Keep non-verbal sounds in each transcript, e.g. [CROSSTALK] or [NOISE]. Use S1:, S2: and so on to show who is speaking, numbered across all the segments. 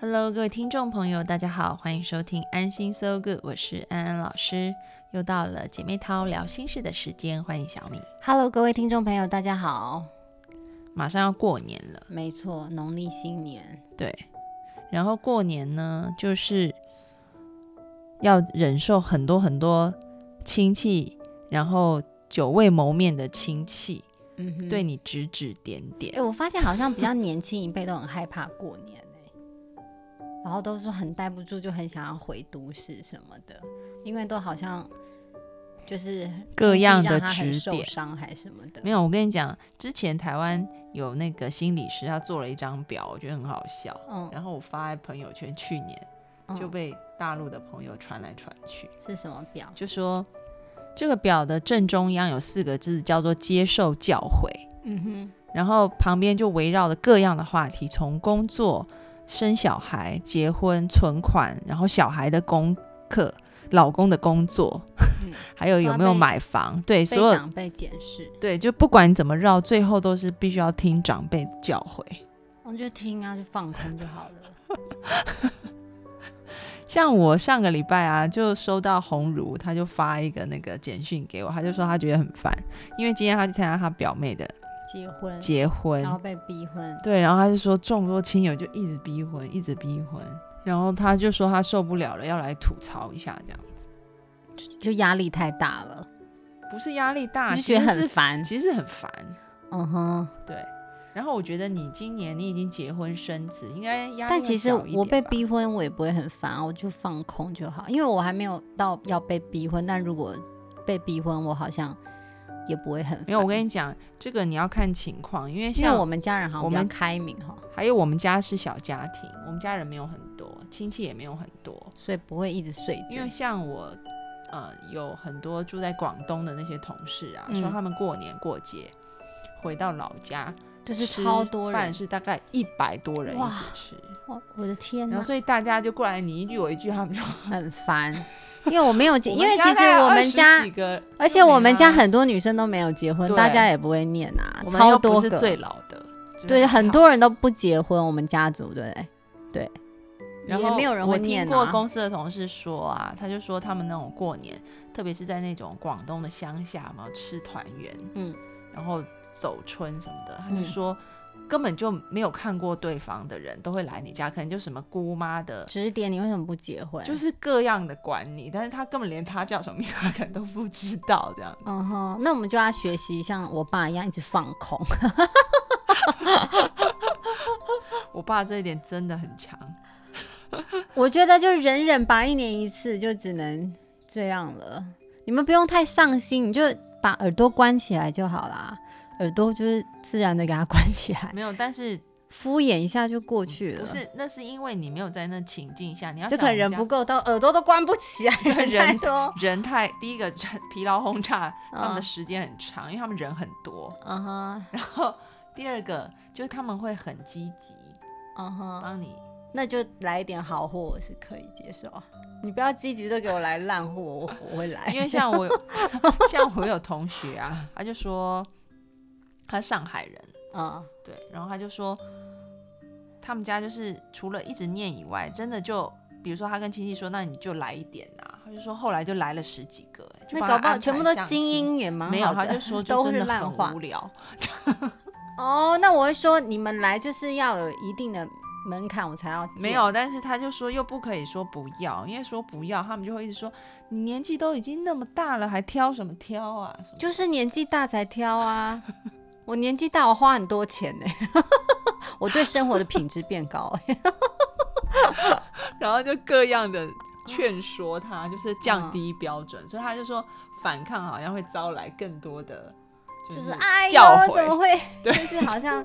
S1: Hello，各位听众朋友，大家好，欢迎收听《安心 So Good》，我是安安老师。又到了姐妹淘聊心事的时间，欢迎小米。
S2: Hello，各位听众朋友，大家好。
S1: 马上要过年了，
S2: 没错，农历新年，
S1: 对。然后过年呢，就是要忍受很多很多亲戚，然后久未谋面的亲戚、
S2: 嗯哼，
S1: 对。你指指点
S2: 哎、
S1: 点。
S2: 我发现好像比较年轻一辈都很害怕过年、欸、然后都说很待不住，就很想要回都市什么的，因为都好像就是
S1: 各
S2: 亲戚
S1: 样
S2: 让
S1: 的
S2: 他很
S1: 指
S2: 受
S1: 点
S2: 伤还什么的
S1: 没。有，我跟你讲，之前台湾有那个心理师，他做了一张表，我觉得很好笑。
S2: 嗯
S1: 然后我发在朋友圈，去年
S2: 嗯
S1: 就被大陆的朋友传来传去，
S2: 是什么表？
S1: 就说这个表的正中央有四个字叫做“接受教诲
S2: 嗯哼，”，
S1: 然后旁边就围绕着各样的话题，从工作、生小孩、结婚、存款，然后小孩的功课、老公的工作，
S2: 嗯
S1: 还有有没有
S2: 被
S1: 买房，对，
S2: 被
S1: 所有
S2: 长辈检视，
S1: 对，就不管你怎么绕，最后都是必须要听长辈教诲。
S2: 我就听啊，就放空就好了。
S1: 像我上个礼拜啊，就收到鸿儒，他就发一个那个简讯给我，他就说他觉得很烦，因为今天他去参加他表妹的
S2: 结婚，
S1: 结婚
S2: 然，后被逼婚，
S1: 对，然后他就说众多亲友就一直逼婚，一直逼婚，然后他就说他受不了了，要来吐槽一下，这样
S2: 就就压力太大了，
S1: 不是压力大，
S2: 就
S1: 啊其
S2: 觉得
S1: 实是
S2: 很烦。
S1: 其实很烦，
S2: 嗯哼。
S1: 对。然后我觉得你今年你已经结婚生子，应该压力
S2: 但
S1: 会
S2: 其实
S1: 小一
S2: 我被
S1: 点吧
S2: 逼婚，我也不会很烦啊，我就放空就好，因为我还没有到要被逼婚。但如果被逼婚，我好像也不会很烦。
S1: 没有，我跟你讲，这个你要看情况，因为
S2: 因为
S1: 像
S2: 我们家人好像
S1: 我
S2: 比较
S1: 们
S2: 开明哈，
S1: 还有我们家是小家庭，我们家人没有很多，亲戚也没有很多，
S2: 所以不会一直碎
S1: 因为
S2: 嘴。
S1: 像我，呃，有很多住在广东的那些同事啊，
S2: 嗯
S1: 说他们过年过节回到老家，
S2: 就是
S1: 吃
S2: 超多
S1: 饭
S2: 人，
S1: 是大概一百多人一
S2: 哇
S1: 起吃，
S2: 我我的天
S1: 然
S2: 呐
S1: 后，所以大家就过来你一句我一句，他们就
S2: 很烦。因为我
S1: [LAUGHS]
S2: 没有结，
S1: 我
S2: 因
S1: 们
S2: 为
S1: 家
S2: 其实
S1: 大概
S2: 我们
S1: 20
S2: 家
S1: 几，个，
S2: 而且我们家很多女生都没有结婚，
S1: 对
S2: 大家也不会念啊，
S1: 我们
S2: 超
S1: 又不
S2: 多
S1: 是
S2: 个。
S1: 最老的，就
S2: 对，
S1: 还
S2: 很
S1: 好
S2: 多人都不结婚，我们家族对不对？对，
S1: 然
S2: 也
S1: 后
S2: 没有人
S1: 我
S2: 会
S1: 听
S2: 念
S1: 过
S2: 啊。
S1: 公司的同事说啊，他就说他们那种过年，特别是在那种广东的乡下嘛，吃团圆，
S2: 嗯，
S1: 然后走春什么的，他就
S2: 嗯
S1: 说、根本就没有看过对方的人都会来你家，可能就什么姑妈的，
S2: 指点你为什么不结婚？
S1: 就是各样的管你，但是他根本连他叫什么名，他可能都不知道这样。
S2: 嗯哼，那我们就要学习像我爸一样一直放
S1: [LAUGHS]
S2: 空。
S1: 我爸这一点真的很强，
S2: 哎我觉得就忍忍吧，一年一次就只能这样了。你们不用太上心，你就把耳朵关起来就好啦。耳朵就是自然的给它关起来，
S1: 没有，但是
S2: 敷衍一下就过去了。
S1: 不，是那是因为你没有在那情境下，你要
S2: 啊就
S1: 想
S2: 可能
S1: 我们
S2: 人
S1: 家
S2: 不够到，耳朵都关不起来，
S1: 对人
S2: 太多。
S1: 人太第一个人疲劳轰炸，他们的
S2: 嗯
S1: 时间很长，因为他们人很多。
S2: 嗯哼，
S1: 然后第二个就是他们会很积极，
S2: 嗯哼，
S1: 帮你
S2: 那就来一点好货，我是可以接受。你不要积极的给我来烂货，我我会来。
S1: 因为像我有 [LAUGHS] 像我有同学啊，他就说他上海人，
S2: [LAUGHS] 嗯，
S1: 对，然后他就说他们家就是除了一直念以外，真的就。比如说，他跟亲戚说：“那你就来一点啊。”他就说：“后来就来了十几个、欸，
S2: 那
S1: 就帮他
S2: 搞不好
S1: 安
S2: 全
S1: 排
S2: 部都
S1: 相
S2: 精
S1: 亲，
S2: 英也蛮
S1: 没有。”
S2: 好
S1: 他
S2: 的 [LAUGHS]
S1: 就说：“就
S2: 都
S1: 真
S2: 是
S1: 的
S2: 烂话
S1: 很无聊。”
S2: 哦，那我会说你们来就是要有一定的门槛，我才要进
S1: 没。有，但是他就说又不可以说不要，因为说不要，他们就会一直说你年纪都已经那么大了，还挑什么挑啊？什么
S2: 就是年纪大才挑啊。我年纪大，我花很多钱呢、 [LAUGHS] 我对生活的品质变
S1: [LAUGHS]
S2: 高、欸。
S1: 然后就各样的劝说他，就是降低标准，所以他就说反抗好像会招来更多的
S2: 就是是哎
S1: 教
S2: 呦，怎么
S1: 诲。
S2: 会？
S1: 对 [LAUGHS]
S2: 就是好像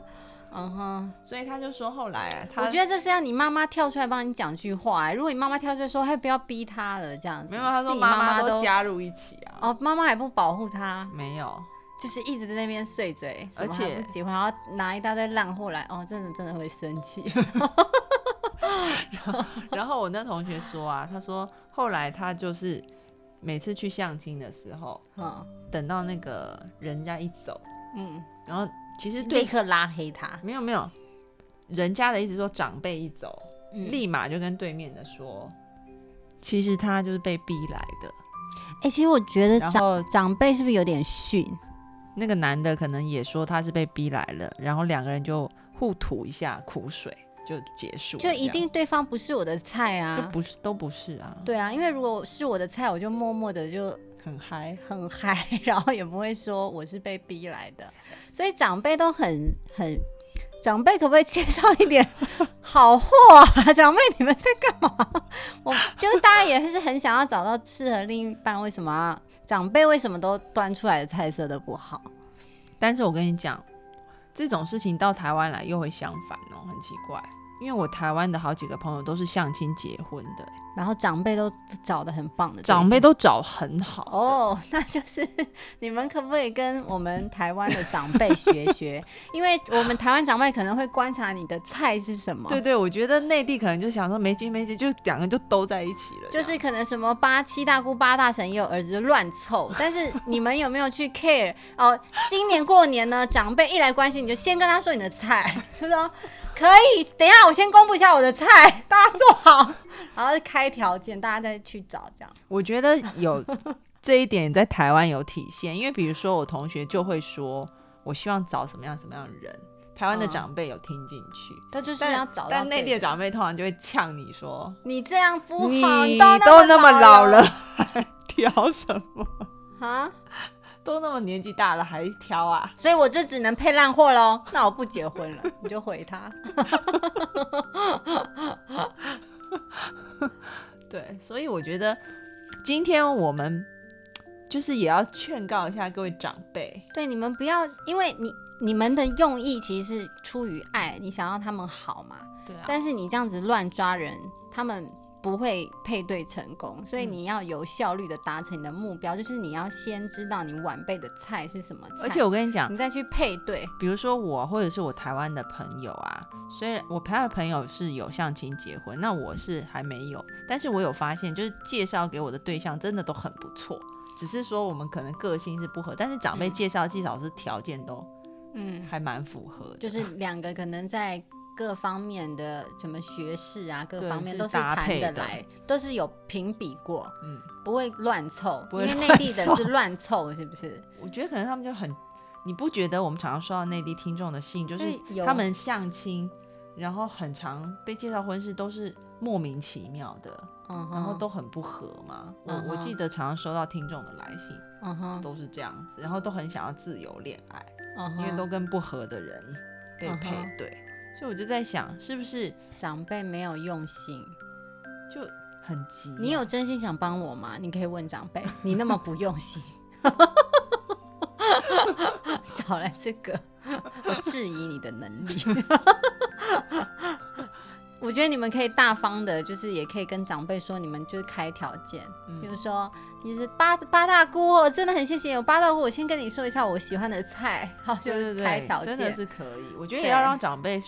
S2: 嗯哼，
S1: 所以他就说后来啊，他
S2: 我觉得这是要你妈妈跳出来帮你讲句话、哎如果你妈妈跳出来说，哎，不要逼他了，这样子。
S1: 没有，他说
S2: 自己妈
S1: 妈
S2: 都
S1: 加入一起啊，
S2: 哦，妈妈也不保护他，
S1: 没有，
S2: 就是一直在那边碎嘴，
S1: 而且
S2: 什么还不喜欢，然后拿一大堆烂货来，哦，真的真的会生气。
S1: [LAUGHS]
S2: [LAUGHS]
S1: 然后我那同学说啊，他说后来他就是每次去相亲的时候，
S2: 嗯
S1: 等到那个人家一走，
S2: 嗯，
S1: 然后其实对
S2: 立刻拉黑他，
S1: 没有没有，人家的意思说长辈一走，
S2: 嗯
S1: 立马就跟对面的说，其实他就是被逼来的。
S2: 哎、其实我觉得
S1: 然
S2: 长
S1: 后
S2: 长辈是不是有点逊？
S1: 那个男的可能也说他是被逼来了，然后两个人就互吐一下苦水就结束了
S2: 就
S1: 这样，
S2: 一定对方不是我的菜
S1: 就
S2: 啊。
S1: 不是都不是啊，
S2: 对啊，因为如果是我的菜，我就默默的就
S1: 很嗨。
S2: 很嗨， [LAUGHS] 然后也不会说我是被逼来的。所以长辈都很很，长辈可不可以介绍一点好货啊？ [LAUGHS] 长辈你们在干嘛？ [LAUGHS] 我就是大家也是很想要找到适合另一半，为什么、啊、长辈为什么都端出来的菜色都不好？
S1: 但是我跟你讲，这种事情到台湾来又会相反哦，很奇怪。因为我台湾的好几个朋友都是相亲结婚的、
S2: 然后长辈都找的很棒的对象，
S1: 长辈都找很好的
S2: 哦， [LAUGHS] 那就是你们可不可以跟我们台湾的长辈学学？ [LAUGHS] 因为我们台湾长辈可能会观察你的菜是什么，
S1: 对，对，我觉得内地可能就想说没结没结，就两个就都在一起了这
S2: 就
S1: 样，
S2: 是可能什么八七大姑八大婶也有儿子就乱凑，但是你们有没有去 care？哦，今年过年呢，长辈一来关心你就先跟他说你的菜， [LAUGHS] 就说可以，等一下我先公布一下我的菜，大家坐好， [LAUGHS] 然后就开条件，大家再去找这样。
S1: 我觉得
S2: [LAUGHS]
S1: 有这一点在台湾有体现，因为比如说我同学就会说，我希望找什么样什么样的人，台湾的
S2: 嗯
S1: 长辈有听进去，
S2: 他就是
S1: 但
S2: 要找到
S1: 但内地
S2: 对
S1: 的
S2: 的
S1: 长辈通常就会呛你说，
S2: 你这样不好，
S1: 你
S2: 你
S1: 都那么
S2: 么
S1: 老
S2: 了
S1: 了，还挑什么？ [LAUGHS]
S2: 啊。
S1: 都那么年纪大了还挑啊？
S2: 所以我就只能配烂货喽。那我不结婚了，你就回他。
S1: 对，所以我觉得今天我们就是也要劝告一下各位长辈，
S2: 对，你们不要，因为你你们的用意其实是出于爱，你想要他们好嘛。
S1: 对啊
S2: 但是你这样子乱抓人，他们不会配对成功。所以
S1: 嗯
S2: 你要有效率的达成你的目标，就是你要先知道你晚辈的菜是什么菜，
S1: 而且我跟你讲，
S2: 你再去配对。
S1: 比如说我或者是我台湾的朋友啊，虽然我台湾的朋友是有相亲结婚，那我是还没有，但是我有发现，就是介绍给我的对象真的都很不错，只是说我们可能个性是不合，但是长辈
S2: 嗯
S1: 介绍至少是条件都
S2: 嗯，
S1: 还蛮符合
S2: [LAUGHS]
S1: 的，
S2: 就是两个可能在各方面的什么学识啊，各
S1: 对
S2: 方面
S1: 是
S2: 都是
S1: 搭
S2: 谈
S1: 配
S2: 得
S1: 的
S2: 来，都是有评比过。
S1: 嗯，
S2: 不会乱凑，
S1: 不会
S2: 因为内
S1: 乱
S2: 地的
S1: 凑
S2: 是乱凑，是不是？
S1: 我觉得可能他们就很，你不觉得我们常常收到内地听众的信，就是
S2: 所以有
S1: 他们相亲，然后很常被介绍婚事都是莫名其妙的，
S2: 嗯哼，
S1: 然后都很不合嘛，我我
S2: 嗯哼
S1: 记得常常收到听众的来信。
S2: 嗯哼，
S1: 都是这样子，然后都很想要自由恋爱，
S2: 嗯哼
S1: 因为都跟不合的人被
S2: 嗯哼
S1: 配对，所以我就在想，是不是
S2: 长辈没有用心。
S1: 就很急啊、
S2: 你有真心想帮我吗？你可以问长
S1: [LAUGHS]
S2: 辈，你那么不用心，找来这
S1: [LAUGHS]
S2: 个，我质疑你的能力。 [LAUGHS] 我觉得你们可以大方的，就是也可以跟长辈说，你们就是开条件，
S1: 嗯
S2: 比如说你是八八大姑哦，真的很谢谢有八大姑，我先跟你说一下我喜欢的菜，然后就
S1: 对
S2: 是
S1: 对
S2: 开
S1: 对
S2: 条，件，
S1: 真的是可以，我觉得
S2: 对
S1: 也要让长辈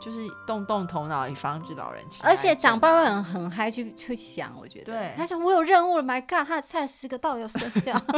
S1: 就是动动头脑，以防止老人痴呆
S2: 而且长辈
S1: 症
S2: 会很很嗨去去想，我觉得。
S1: 对
S2: 他想我有任务了，My God，他的菜十个到底有谁这样？ [LAUGHS]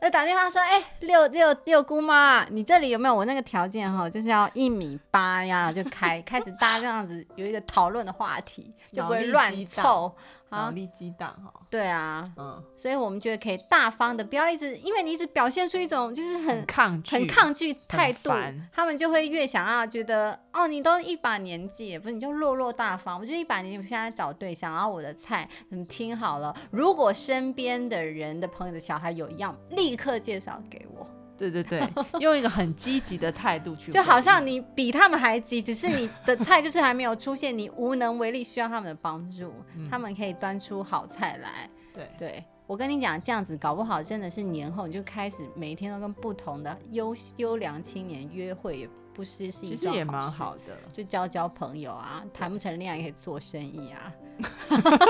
S2: 我打电话说，哎、六六六姑妈，你这里有没有我那个条件哈？就是要一米八呀，就开开始大家这样子有一个讨论的话题，就不
S1: 脑
S2: 会
S1: 力
S2: 乱
S1: 激
S2: 凑
S1: 脑
S2: 啊。
S1: 力激荡哈，
S2: 对啊，
S1: 嗯，
S2: 所以我们觉得可以大方的，不要一直，因为你一直表现出一种就是很
S1: 很抗拒，
S2: 很抗拒态度
S1: 烦，
S2: 他们就会越想要觉得哦，你都一把年纪了，不是你就落落大方。我就一把年纪，我现在找对象，然后我的菜，你们听好了，如果身边的人的朋友的小孩有一样，立刻介绍给我，
S1: 对对
S2: [LAUGHS]
S1: 对，用一个很积极的态度去回应，
S2: 就好像你比他们还急，只是你的菜就是还没有出现，你无能为力，需要他们的帮助，
S1: 嗯
S2: 他们可以端出好菜来。
S1: 对
S2: 对我跟你讲，这样子搞不好真的是年后你就开始每天都跟不同的优优良青年约会，也不失是
S1: 其
S2: 一
S1: 实
S2: 桩
S1: 也蛮
S2: 事
S1: 好
S2: [LAUGHS]
S1: 的。
S2: 就交交朋友啊，谈不成恋爱也可以做生意啊， [LAUGHS]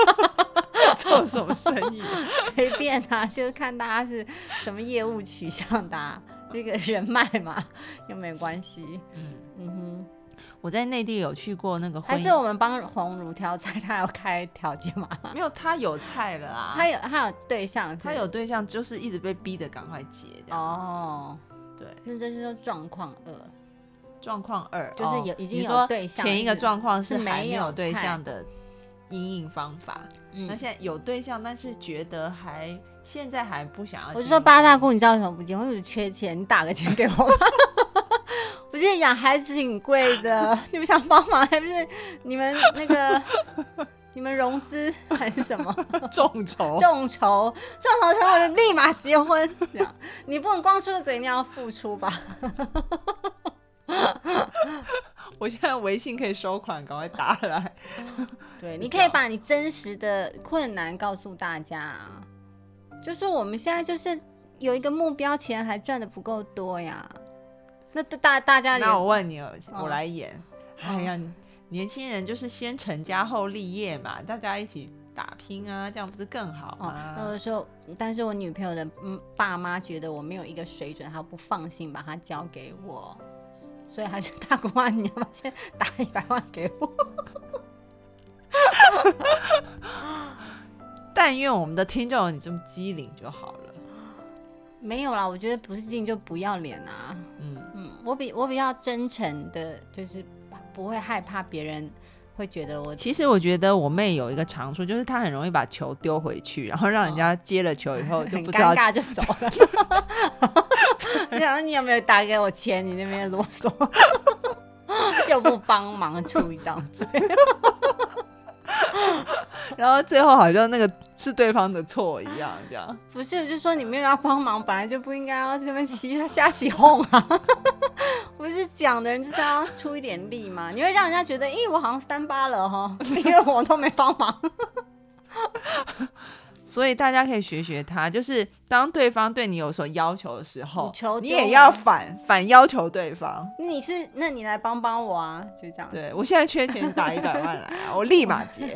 S1: 做什么生意？
S2: 随便啊，就是看大家是什么业务取向的、啊，这个人脉嘛，又没关系。
S1: 嗯，
S2: 嗯哼，
S1: [LAUGHS] 我在内地有去过那个
S2: 还
S1: 婚
S2: 是
S1: 姻，
S2: 我们帮红茹挑菜，她要开条件嘛？
S1: 没有他有菜了啊，
S2: 她有她有对象是不
S1: 他
S2: 是，
S1: 有对象，就是一直被逼的赶快结这样。
S2: 哦，
S1: 对，
S2: 那这就是状况呃二，
S1: 啊状况二
S2: 就是
S1: 哦
S2: 有已经
S1: 你
S2: 有
S1: 说
S2: 对象
S1: 前一个
S2: 是
S1: 状况是
S2: 是
S1: 还
S2: 没
S1: 没
S2: 有
S1: 有对
S2: 菜
S1: 象的阴应方法，那
S2: 嗯。
S1: 现在有对象，但是觉得还现在还不想要。
S2: 我就说八大，姑，你知道为什么不结婚？因为我缺钱，你打个钱给我吧。我觉得养孩子挺贵
S1: [LAUGHS]
S2: 的，你们想帮忙还不是你们那个你们融资还是什么？
S1: [LAUGHS] 众筹
S2: 众筹，众筹成我就立马结婚。这样，你不能光说嘴，你要付出吧？
S1: 我现在微信可以收款，赶快打来。
S2: 对，你可以把你真实的困难告诉大家啊，就是我们现在就是有一个目标，钱还赚的不够多呀。那大大家
S1: [LAUGHS] 那我
S2: 也
S1: 问你，哦我
S2: 嗯
S1: 来演。哎呀，年轻人就是先成家后立业嘛，大家一起打拼啊，这样不是更好
S2: 哦，那
S1: 吗？
S2: 我说，但是我女朋友的嗯爸妈觉得我没有一个水准，她不放心把她交给我，所以还是大姑妈，你要不要先打一百万给我？ [LAUGHS]
S1: 但愿我们的听众有你这么机灵就好了。
S2: 没有啦，我觉得不是劲就不要脸啊。
S1: 嗯，
S2: 嗯，我比我比较真诚的，就是不会害怕别人会觉得我
S1: 其实我觉得我妹有一个长处，就是她很容易把球丢回去，然后让人家接了球以
S2: [LAUGHS]
S1: 后就
S2: 很
S1: 不知
S2: 尴
S1: 道
S2: 尬就走了。
S1: [LAUGHS]
S2: 我想说你有没有打给我钱？你那边啰嗦，又不帮忙出一张嘴。
S1: 然后最后好像那个是对方的错一样，这样。
S2: 不是，我就说你没有要帮忙，本来就不应该要这边起瞎起哄啊。不是讲的人就是要出一点力嘛，你会让人家觉得，咦，我好像三八了哈， [LAUGHS] 因为我都没帮忙。
S1: 所以大家可以学学他，就是当对方对你有所要求的时候
S2: 你求，
S1: 你
S2: 丢
S1: 也
S2: 人
S1: 要反反要求对方。
S2: 你是，那你来帮帮我啊，就这样。
S1: 对我现在缺钱，你打一百万来啊，我立马结。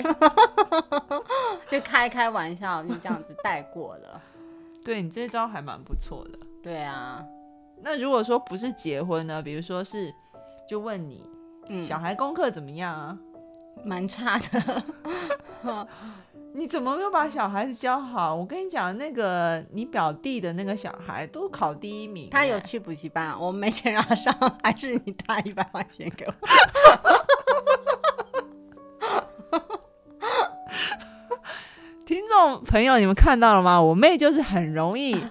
S2: 就开开玩笑，就这样子带过了。
S1: [LAUGHS] 对你这招还蛮不错的。
S2: 对啊，
S1: 那如果说不是结婚呢？比如说是，就问你、
S2: 嗯，
S1: 小孩功课怎么样啊？
S2: 蛮差的。
S1: 你怎么没有把小孩子教好？我跟你讲，那个你表弟的那个小孩都考第一名欸，
S2: 他有去补习班，啊我没钱让他上， [LAUGHS] 还是你打一百块钱给我？ [LAUGHS]
S1: 听众朋友，你们看到了吗？我妹就是很容易 [LAUGHS]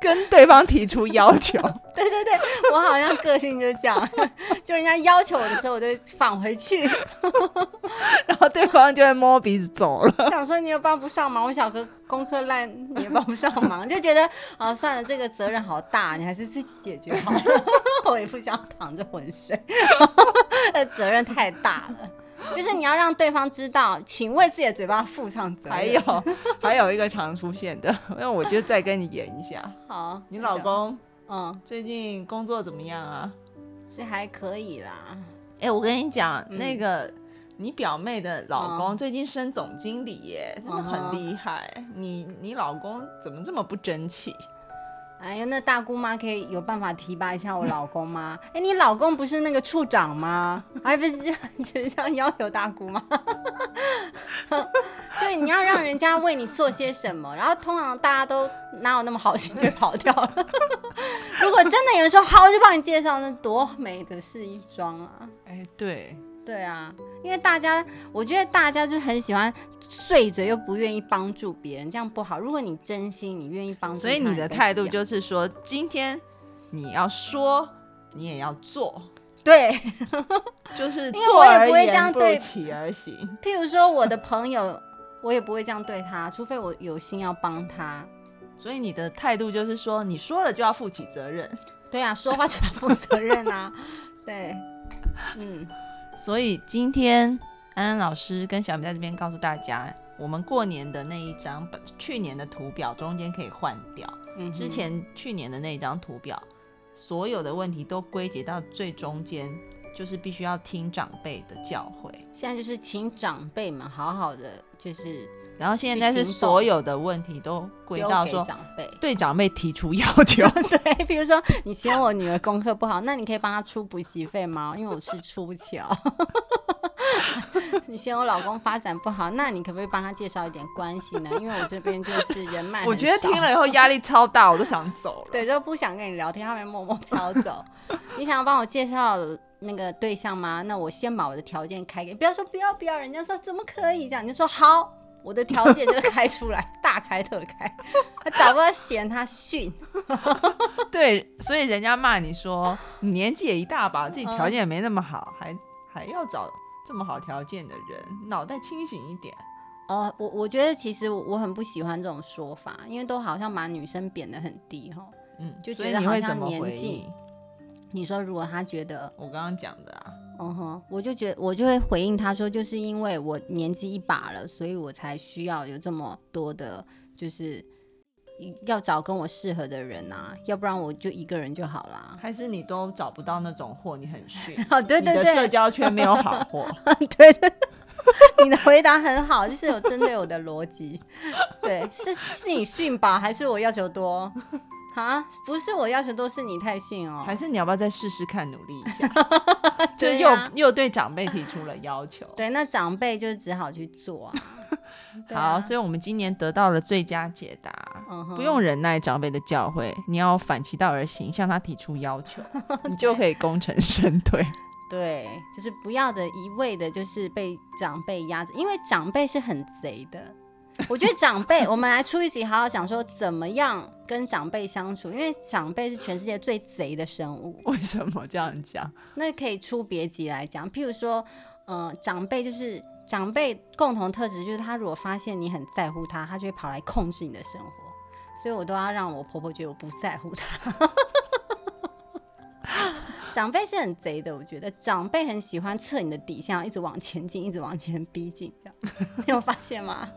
S1: 跟对方提出要求。 [LAUGHS]
S2: 对对对，我好像个性就这样， [LAUGHS] 就人家要求我的时候，我就返回去， [LAUGHS]
S1: 然后对方就会摸鼻子走了。
S2: 想说你也帮不上忙，我小哥功课烂，你也帮不上忙， [LAUGHS] 就觉得啊算了，这个责任好大，你还是自己解决好了。 [LAUGHS] 我也不想淌着浑水， [LAUGHS] 那责任太大了。就是你要让对方知道，请为自己的嘴巴负上责任。
S1: 还有，还有一个常出现的， [LAUGHS] 那我就再跟你演一下。
S2: 好，
S1: 你老公
S2: 嗯，
S1: 最近工作怎么样啊？
S2: 是还可以啦。
S1: 哎、我跟你讲，
S2: 嗯
S1: 那个你表妹的老公最近升总经理耶，真的
S2: 嗯
S1: 很
S2: 哼
S1: 厉害。你你老公怎么这么不争气？
S2: 哎呀，那大姑妈可以有办法提拔一下我老公吗？ [LAUGHS] 哎，你老公不是那个处长吗？ [LAUGHS] 还不是这样就是这样要求大姑妈？ [LAUGHS] 所以你要让人家为你做些什么，然后通常大家都哪有那么好心就跑掉了。 [LAUGHS] 如果真的有人说好，我就帮你介绍，那多美的是一桩啊！
S1: 哎、对，
S2: 对啊，因为大家，我觉得大家就很喜欢碎嘴，又不愿意帮助别人，这样不好。如果你真心，你愿意帮助他，
S1: 所以你的态度
S2: 再讲
S1: 就是说，今天你要说，你也要做，
S2: 对。
S1: 就是
S2: 为
S1: 做
S2: 我也
S1: 而
S2: 不会这样
S1: 言不如
S2: 对
S1: 起而行。
S2: 譬如说我的朋友，我也不会这样对他，除非我有心要帮他。
S1: 所以你的态度就是说，你说了就要负起责任。
S2: 对啊，说话就要负责任啊。 [LAUGHS] 对，嗯，
S1: [LAUGHS] 所以今天安安老师跟小米在这边告诉大家，我们过年的那一张本去年的图表中间可以换掉，
S2: 嗯哼
S1: 之前去年的那一张图表所有的问题都归结到最中间，就是必须要听长辈的教诲。
S2: 现在就是请长辈们好好的，就是
S1: 然后现在
S2: 去
S1: 是
S2: 行动
S1: 所有的问题都归
S2: 丢
S1: 到
S2: 给
S1: 说
S2: 长辈。 [LAUGHS]
S1: 对长辈提出要求，
S2: 对，比如说你嫌我女儿功课不好，那你可以帮她出补习费吗？因为我是出不起哦。 [LAUGHS] 你嫌我老公发展不好，那你可不可以帮他介绍一点关系呢？因为我这边就是人脉很
S1: 我觉得
S2: 少
S1: 听了以后压力超大，我都想走了。
S2: 对，就不想跟你聊天，他们默默飘走。 [LAUGHS] 你想要帮我介绍那个对象吗？那我先把我的条件开给，不要说不要不要，人家说怎么可以这样，你就说好，我的条件就开出来， [LAUGHS] 大开特开。他找不到嫌他逊，
S1: 对，所以人家骂你说你年纪也一大把，自己
S2: 嗯
S1: 条件也没那么好，还还要找这么好条件的人，脑袋清醒一点。
S2: 哦，我我觉得其实我我很不喜欢这种说法，因为都好像把女生贬得很低哈。
S1: 嗯，
S2: 就
S1: 所
S2: 觉
S1: 以
S2: 得
S1: 你
S2: 好
S1: 会
S2: 像
S1: 怎么
S2: 年
S1: 回
S2: 纪
S1: 应？
S2: 你说如果他觉得，
S1: 我刚刚讲的啊，
S2: 嗯哼，我就觉我就会回应他说，就是因为我年纪一把了，所以我才需要有这么多的，就是要找跟我适合的人啊，要不然我就一个人就好啦。。
S1: 还是你都找不到那种货，你很逊
S2: 哦， [LAUGHS] 对对
S1: 你的社
S2: 对，
S1: 交圈没有
S2: [LAUGHS]
S1: 好货，
S2: 对对，你的回答很好，就是有针对我的逻辑。对，是是你逊吧，还是我要求多？啊，不是我要求多，是你太逊哦。
S1: 还是你要不要再试试看，努力一
S2: [LAUGHS]
S1: 下？就
S2: 对
S1: 又
S2: 啊
S1: 又对长辈提出了要求。
S2: 对，那长辈就只好去
S1: [LAUGHS]
S2: 做啊。对啊
S1: 好，所以我们今年得到了最佳解答。
S2: 嗯哼
S1: 不用忍耐长辈的教诲，你要反其道而行，向他提出要
S2: [LAUGHS]
S1: 求，你就可以功成身退。 [LAUGHS]
S2: 对，就是不要的一味的，就是被长辈压着，因为长辈是很贼的。我觉得长辈，我们来出一集，好好讲说怎么样跟长辈相处，因为长辈是全世界最贼的生物，
S1: 为什么这样讲？
S2: 那可以出别集来讲。譬如说，呃，长辈就是长辈共同特质，就是他如果发现你很在乎他，他就会跑来控制你的生活，所以我都要让我婆婆觉得我不在乎他。 [LAUGHS] 长辈是很贼的，我觉得长辈很喜欢测你的底线，一直往前进，一直往前逼近，这
S1: [LAUGHS]
S2: 样你有发现吗？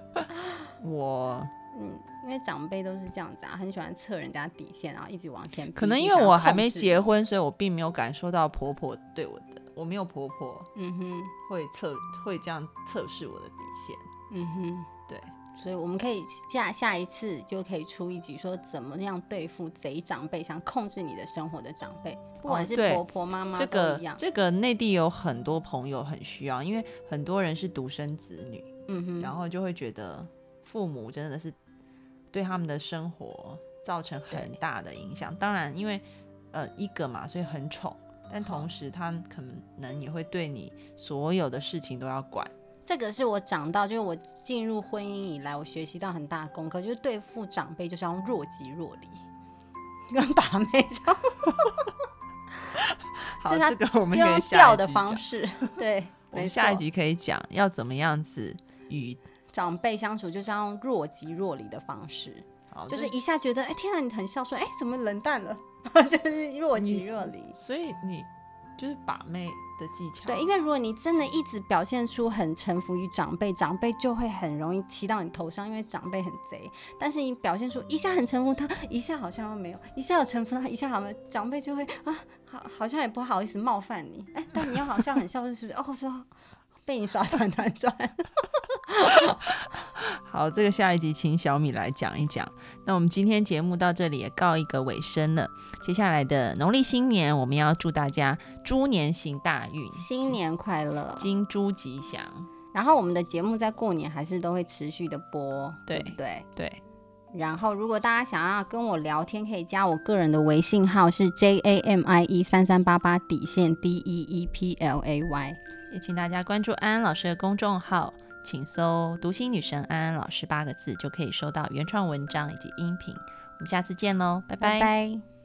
S1: 我
S2: 嗯，因为长辈都是这样子啊，很喜欢测人家底线，然后一直往前逼近。
S1: 可能因
S2: 想
S1: 为
S2: 要
S1: 我还
S2: 控
S1: 没
S2: 制
S1: 结
S2: 你，
S1: 婚，所以我并没有感受到婆婆对我的，我没有婆婆
S2: 嗯哼，
S1: 会测会这样测试我的底线。
S2: 嗯哼。
S1: 对，
S2: 所以我们可以下下一次就可以出一集，说怎么样对付贼长辈，想控制你的生活的长辈，不管是
S1: 哦对
S2: 婆婆妈妈
S1: 这
S2: 都
S1: 个
S2: 一样。
S1: 这个内地有很多朋友很需要，因为很多人是独生子女，
S2: 嗯哼，
S1: 然后就会觉得父母真的是对他们的生活造成很大的影响。当然，因为呃一个嘛，所以很宠，但同时他可能也会对你所有的事情都要管。
S2: 这个是我长到，就是我进入婚姻以来，我学习到很大的功课，就是对付长辈就是要若即若离， [LAUGHS] 跟把妹这样
S1: 好，
S2: 是他
S1: 这个我们
S2: 就
S1: 可
S2: 要
S1: 以
S2: 掉
S1: 下
S2: 的方
S1: 式，
S2: 式。 [LAUGHS] 对，
S1: 我
S2: 没
S1: 们下一
S2: 错
S1: 集可以讲要怎么样子与
S2: 长辈相处就是要用若即若离的方式，
S1: 好
S2: 就是
S1: 这
S2: 一下觉得哎天啊你很孝顺，哎怎么冷淡了， [LAUGHS] 就是若即
S1: 你
S2: 若离。
S1: 所以你就是把妹的技巧。
S2: 对，因为如果你真的一直表现出很臣服于长辈，长辈就会很容易骑到你头上，因为长辈很贼。但是你表现出一下很臣服他，一下好像又没有，一下有臣服他，一下好像长辈就会啊，好好像也不好意思冒犯你。哎，但你又好像很孝顺，是不是？哦，我说被你耍团团转。 [LAUGHS]
S1: 好，这个下一集请小米来讲一讲。那我们今天节目到这里也告一个尾声了。接下来的农历新年，我们要祝大家猪年行大运，
S2: 新年快乐！
S1: 金猪吉祥。
S2: 然后我们的节目在过年还是都会持续的播，
S1: 对
S2: 对不对？
S1: 对，
S2: 然后，如果大家想要跟我聊天，可以加我个人的微信号是 J A M I E 三三八八底线 D E E P L A Y。
S1: 也请大家关注安安老师的公众号，请搜“读心女神安安老师”八个字，就可以收到原创文章以及音频。我们下次见喽，拜
S2: 拜拜。